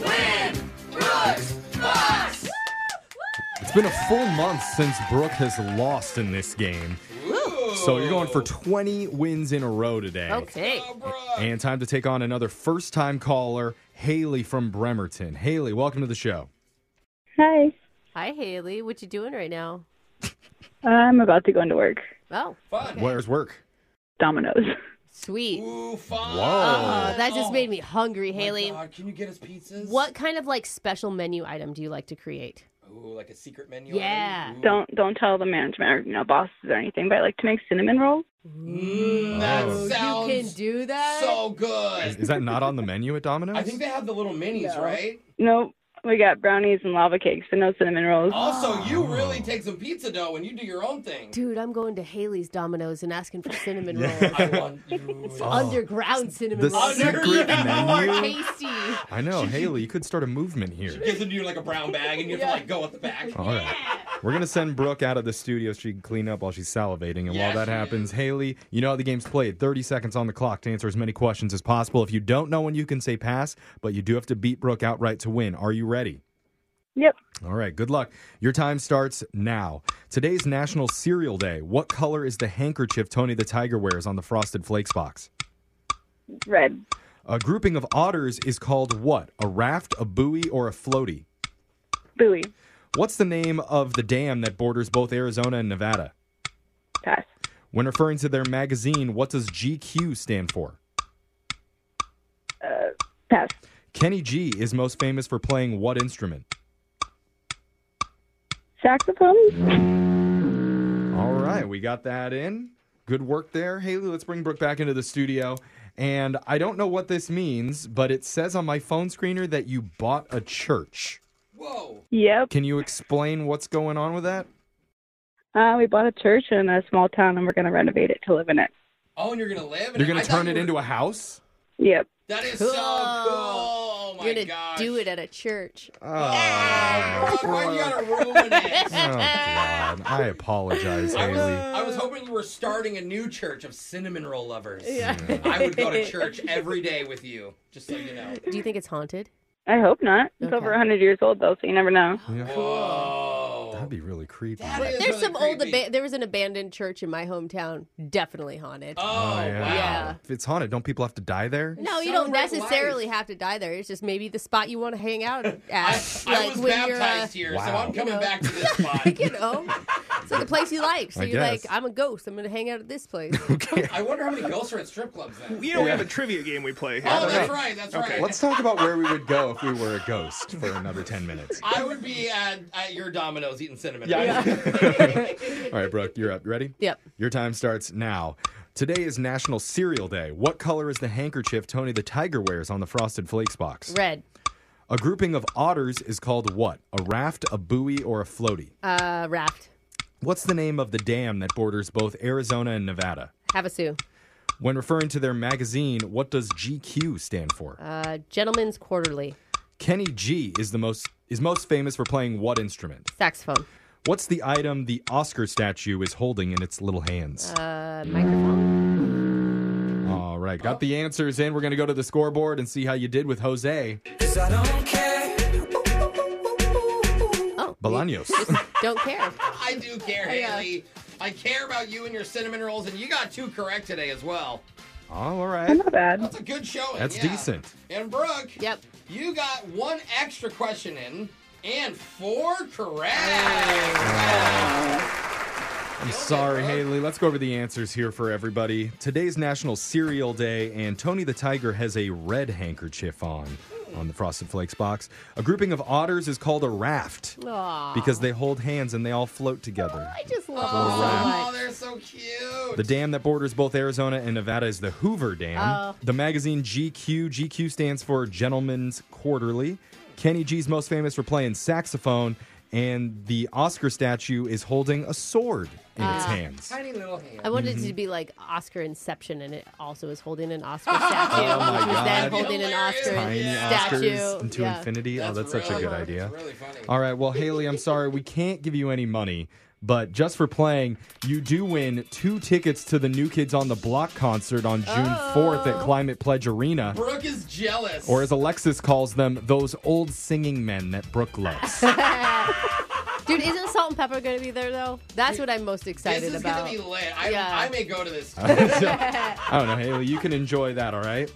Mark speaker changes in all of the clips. Speaker 1: Win Brooks Fox!
Speaker 2: It's been a full month since Brooke has lost in this game. So you're going for 20 wins in a row today.
Speaker 3: Okay.
Speaker 2: And time to take on another first time caller, Haley from Bremerton. Haley, welcome to the show.
Speaker 4: Hi.
Speaker 3: Hi, Haley. What you doing right now?
Speaker 4: I'm about to go into work.
Speaker 3: Oh,
Speaker 1: Fun.
Speaker 2: Where's work?
Speaker 4: Domino's.
Speaker 3: sweet.
Speaker 1: Ooh, fun.
Speaker 2: Whoa.
Speaker 3: Oh, that just made me hungry,
Speaker 1: Oh My
Speaker 3: Haley.
Speaker 1: God, can you get us pizzas?
Speaker 3: What kind of like special menu item do you like to create?
Speaker 1: Ooh, like a secret menu?
Speaker 3: Yeah.
Speaker 1: item? Ooh.
Speaker 4: Don't don't tell the management or you know bosses or anything, but I like to make cinnamon rolls.
Speaker 1: Mm, that
Speaker 2: Oh. You
Speaker 1: sounds
Speaker 3: you can do that.
Speaker 1: so good.
Speaker 2: Is, is that not on the menu at Domino's?
Speaker 1: I think they have the little minis, right?
Speaker 4: Nope. We got brownies and lava cakes, but no cinnamon rolls.
Speaker 1: Also, you really take some pizza dough and you do your own thing.
Speaker 3: Dude, I'm going to Haley's Domino's and asking for cinnamon
Speaker 2: Yeah.
Speaker 3: rolls.
Speaker 1: I want you.
Speaker 3: Underground cinnamon
Speaker 2: the
Speaker 3: rolls. They're
Speaker 2: secret
Speaker 3: even
Speaker 2: menu? Oh
Speaker 3: more tasty.
Speaker 2: I know, Haley, you could start a movement here.
Speaker 1: Gives it to you like a brown bag and you have to like go at the back.
Speaker 2: All right. We're going to send Brooke out of the studio so she can clean up while she's salivating. And
Speaker 1: Yeah,
Speaker 2: while that
Speaker 1: she
Speaker 2: happens,
Speaker 1: is.
Speaker 2: Haley, you know how the game's played 30 seconds on the clock to answer as many questions as possible. If you don't know when you can say pass, but you do have to beat Brooke outright to win. Are you ready?
Speaker 4: Yep.
Speaker 2: All right, good luck. Your time starts now. Today's National Cereal Day. What color is the handkerchief Tony the Tiger wears on the Frosted Flakes box?
Speaker 4: Red.
Speaker 2: A grouping of otters is called what? A raft, a buoy, or a floaty?
Speaker 4: Buoy.
Speaker 2: What's the name of the dam that borders both Arizona and Nevada?
Speaker 4: Pass.
Speaker 2: When referring to their magazine, what does GQ stand for?
Speaker 4: Pass.
Speaker 2: Kenny G is most famous for playing what instrument?
Speaker 4: Saxophone?
Speaker 2: All right, we got that in. Good work there, Haley. Let's bring Brooke back into the studio. And I don't know what this means, but it says on my phone screener that you bought a church.
Speaker 1: Whoa.
Speaker 4: Yep.
Speaker 2: Can you explain what's going on with that?
Speaker 4: Uh, we bought a church in a small town and we're gonna renovate it to live in it.
Speaker 1: Oh, and you're gonna live. in
Speaker 2: You're
Speaker 1: it?
Speaker 2: going
Speaker 1: I
Speaker 2: to
Speaker 1: thought
Speaker 2: turn
Speaker 1: you
Speaker 2: it
Speaker 1: were-
Speaker 2: into a house?
Speaker 4: Yep.
Speaker 1: That is so cool.
Speaker 3: Cool.
Speaker 1: Oh my
Speaker 3: You're gonna
Speaker 1: gosh.
Speaker 3: do it at a church.
Speaker 2: Oh,
Speaker 1: Brooke, why you gotta ruin
Speaker 2: oh,
Speaker 1: it?
Speaker 2: God. I apologize,
Speaker 1: I was,
Speaker 2: Haley.
Speaker 1: I was hoping you were starting a new church of cinnamon roll lovers. I would go to church every day with you, just so you know.
Speaker 3: Do you think it's haunted?
Speaker 4: I hope not. It's
Speaker 3: Okay.
Speaker 4: over over 100 years old though, so you never know.
Speaker 1: Whoa. Oh.
Speaker 2: That'd be really creepy.
Speaker 1: That is
Speaker 3: There's
Speaker 1: really
Speaker 3: some old.
Speaker 1: creepy.
Speaker 3: Aba- there was an abandoned church in my hometown. Definitely haunted.
Speaker 1: Oh,
Speaker 2: Oh, yeah.
Speaker 1: wow.
Speaker 3: Yeah.
Speaker 2: If it's haunted, don't people have to die there?
Speaker 3: no, you don't
Speaker 1: Celebrate
Speaker 3: necessarily
Speaker 1: life.
Speaker 3: have to die there. It's just maybe the spot you want to hang out at.
Speaker 1: I, I was baptized
Speaker 3: you're,
Speaker 1: here, so
Speaker 2: uh, Wow.
Speaker 1: I'm coming
Speaker 3: know.
Speaker 1: back to this spot.
Speaker 3: uh, You know, it's like a place you like. So
Speaker 2: I
Speaker 3: you're
Speaker 2: guess.
Speaker 3: like, I'm a ghost. I'm gonna hang out at this place.
Speaker 2: Okay.
Speaker 1: I wonder how many ghosts are at strip clubs then.
Speaker 5: You know, we have a trivia game we play.
Speaker 1: Oh, that's right. That's right.
Speaker 2: Let's talk about where we would go if we were a ghost for another 10 minutes.
Speaker 1: I would be at, at your Domino's eating cinnamon.
Speaker 2: Yeah.
Speaker 1: rolls.
Speaker 2: All right, Brooke, you're up. You ready?
Speaker 3: Yep.
Speaker 2: Your time starts now. Today is National Cereal Day. What color is the handkerchief Tony the Tiger wears on the Frosted Flakes box?
Speaker 3: Red.
Speaker 2: A grouping of otters is called what? A raft, a buoy, or a floaty?
Speaker 3: Uh, raft.
Speaker 2: What's the name of the dam that borders both Arizona and Nevada?
Speaker 3: Havasu.
Speaker 2: When referring to their magazine, what does GQ stand for?
Speaker 3: Uh, Gentleman's Quarterly.
Speaker 2: Kenny G is the most is most famous for playing what instrument?
Speaker 3: Saxophone.
Speaker 2: What's the item the Oscar statue is holding in its little hands?
Speaker 3: Uh, microphone.
Speaker 2: All right, got the answers in. We're going to go to the scoreboard and see how you did with Jose
Speaker 3: Oh.
Speaker 2: Bolaños.
Speaker 3: Don't care.
Speaker 1: I do care,
Speaker 3: Yeah.
Speaker 1: Haley. I care about you and your cinnamon rolls, and you got two correct today as well.
Speaker 2: All right.
Speaker 4: Not bad.
Speaker 1: That's a good showing.
Speaker 2: That's
Speaker 1: yeah.
Speaker 2: decent.
Speaker 1: And Brooke,
Speaker 3: Yep.
Speaker 1: you got one extra question in and four correct.
Speaker 2: I'm sorry, Haley. Let's go over the answers here for everybody. Today's National Cereal Day, and Tony the Tiger has a red handkerchief on on the Frosted Flakes box. A grouping of otters is called a raft
Speaker 3: Aw.
Speaker 2: because they hold hands and they all float together.
Speaker 3: I just love
Speaker 1: Oh,
Speaker 3: them so much.
Speaker 1: they're so cute.
Speaker 2: The dam that borders both Arizona and Nevada is the Hoover Dam.
Speaker 3: Oh.
Speaker 2: The magazine GQ. GQ stands for Gentleman's Quarterly. Kenny G's most famous for playing saxophone, and the Oscar statue is holding a sword in its
Speaker 3: Ah.
Speaker 2: hands.
Speaker 1: Tiny little hand.
Speaker 2: Oh,
Speaker 3: I wanted it to be like Oscar Inception, and it also is holding an Oscar statue,
Speaker 2: Oh my
Speaker 3: which was
Speaker 2: God.
Speaker 3: then holding an
Speaker 1: Hilarious.
Speaker 3: Oscar
Speaker 2: Tiny
Speaker 3: statue.
Speaker 2: Oscars into
Speaker 3: Yeah.
Speaker 2: infinity. oh, that's such a
Speaker 1: really
Speaker 2: good
Speaker 1: funny.
Speaker 2: idea.
Speaker 1: That's really funny.
Speaker 2: All right, well, Haley, I'm sorry we can't give you any money, But just for playing, you do win two tickets to the New Kids on the Block concert on June 4th
Speaker 3: Oh.
Speaker 2: at Climate Pledge Arena.
Speaker 1: Brooke is jealous.
Speaker 2: Or as Alexis calls them, those old singing men that Brooke loves.
Speaker 3: Dude, isn't Salt and Pepper going to be there though? That's what I'm most
Speaker 1: this
Speaker 3: excited
Speaker 1: is
Speaker 3: about.
Speaker 1: gonna be lit. I,
Speaker 3: Yeah.
Speaker 1: I may go to this.
Speaker 2: I don't know, Haley. You can enjoy that, all right?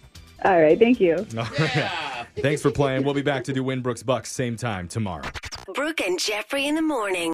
Speaker 4: All right, thank you.
Speaker 2: All right.
Speaker 1: yeah.
Speaker 2: Thanks for playing. We'll be back to do Winbrook's Bucks same time tomorrow.
Speaker 5: Brooke and Jeffrey in the morning.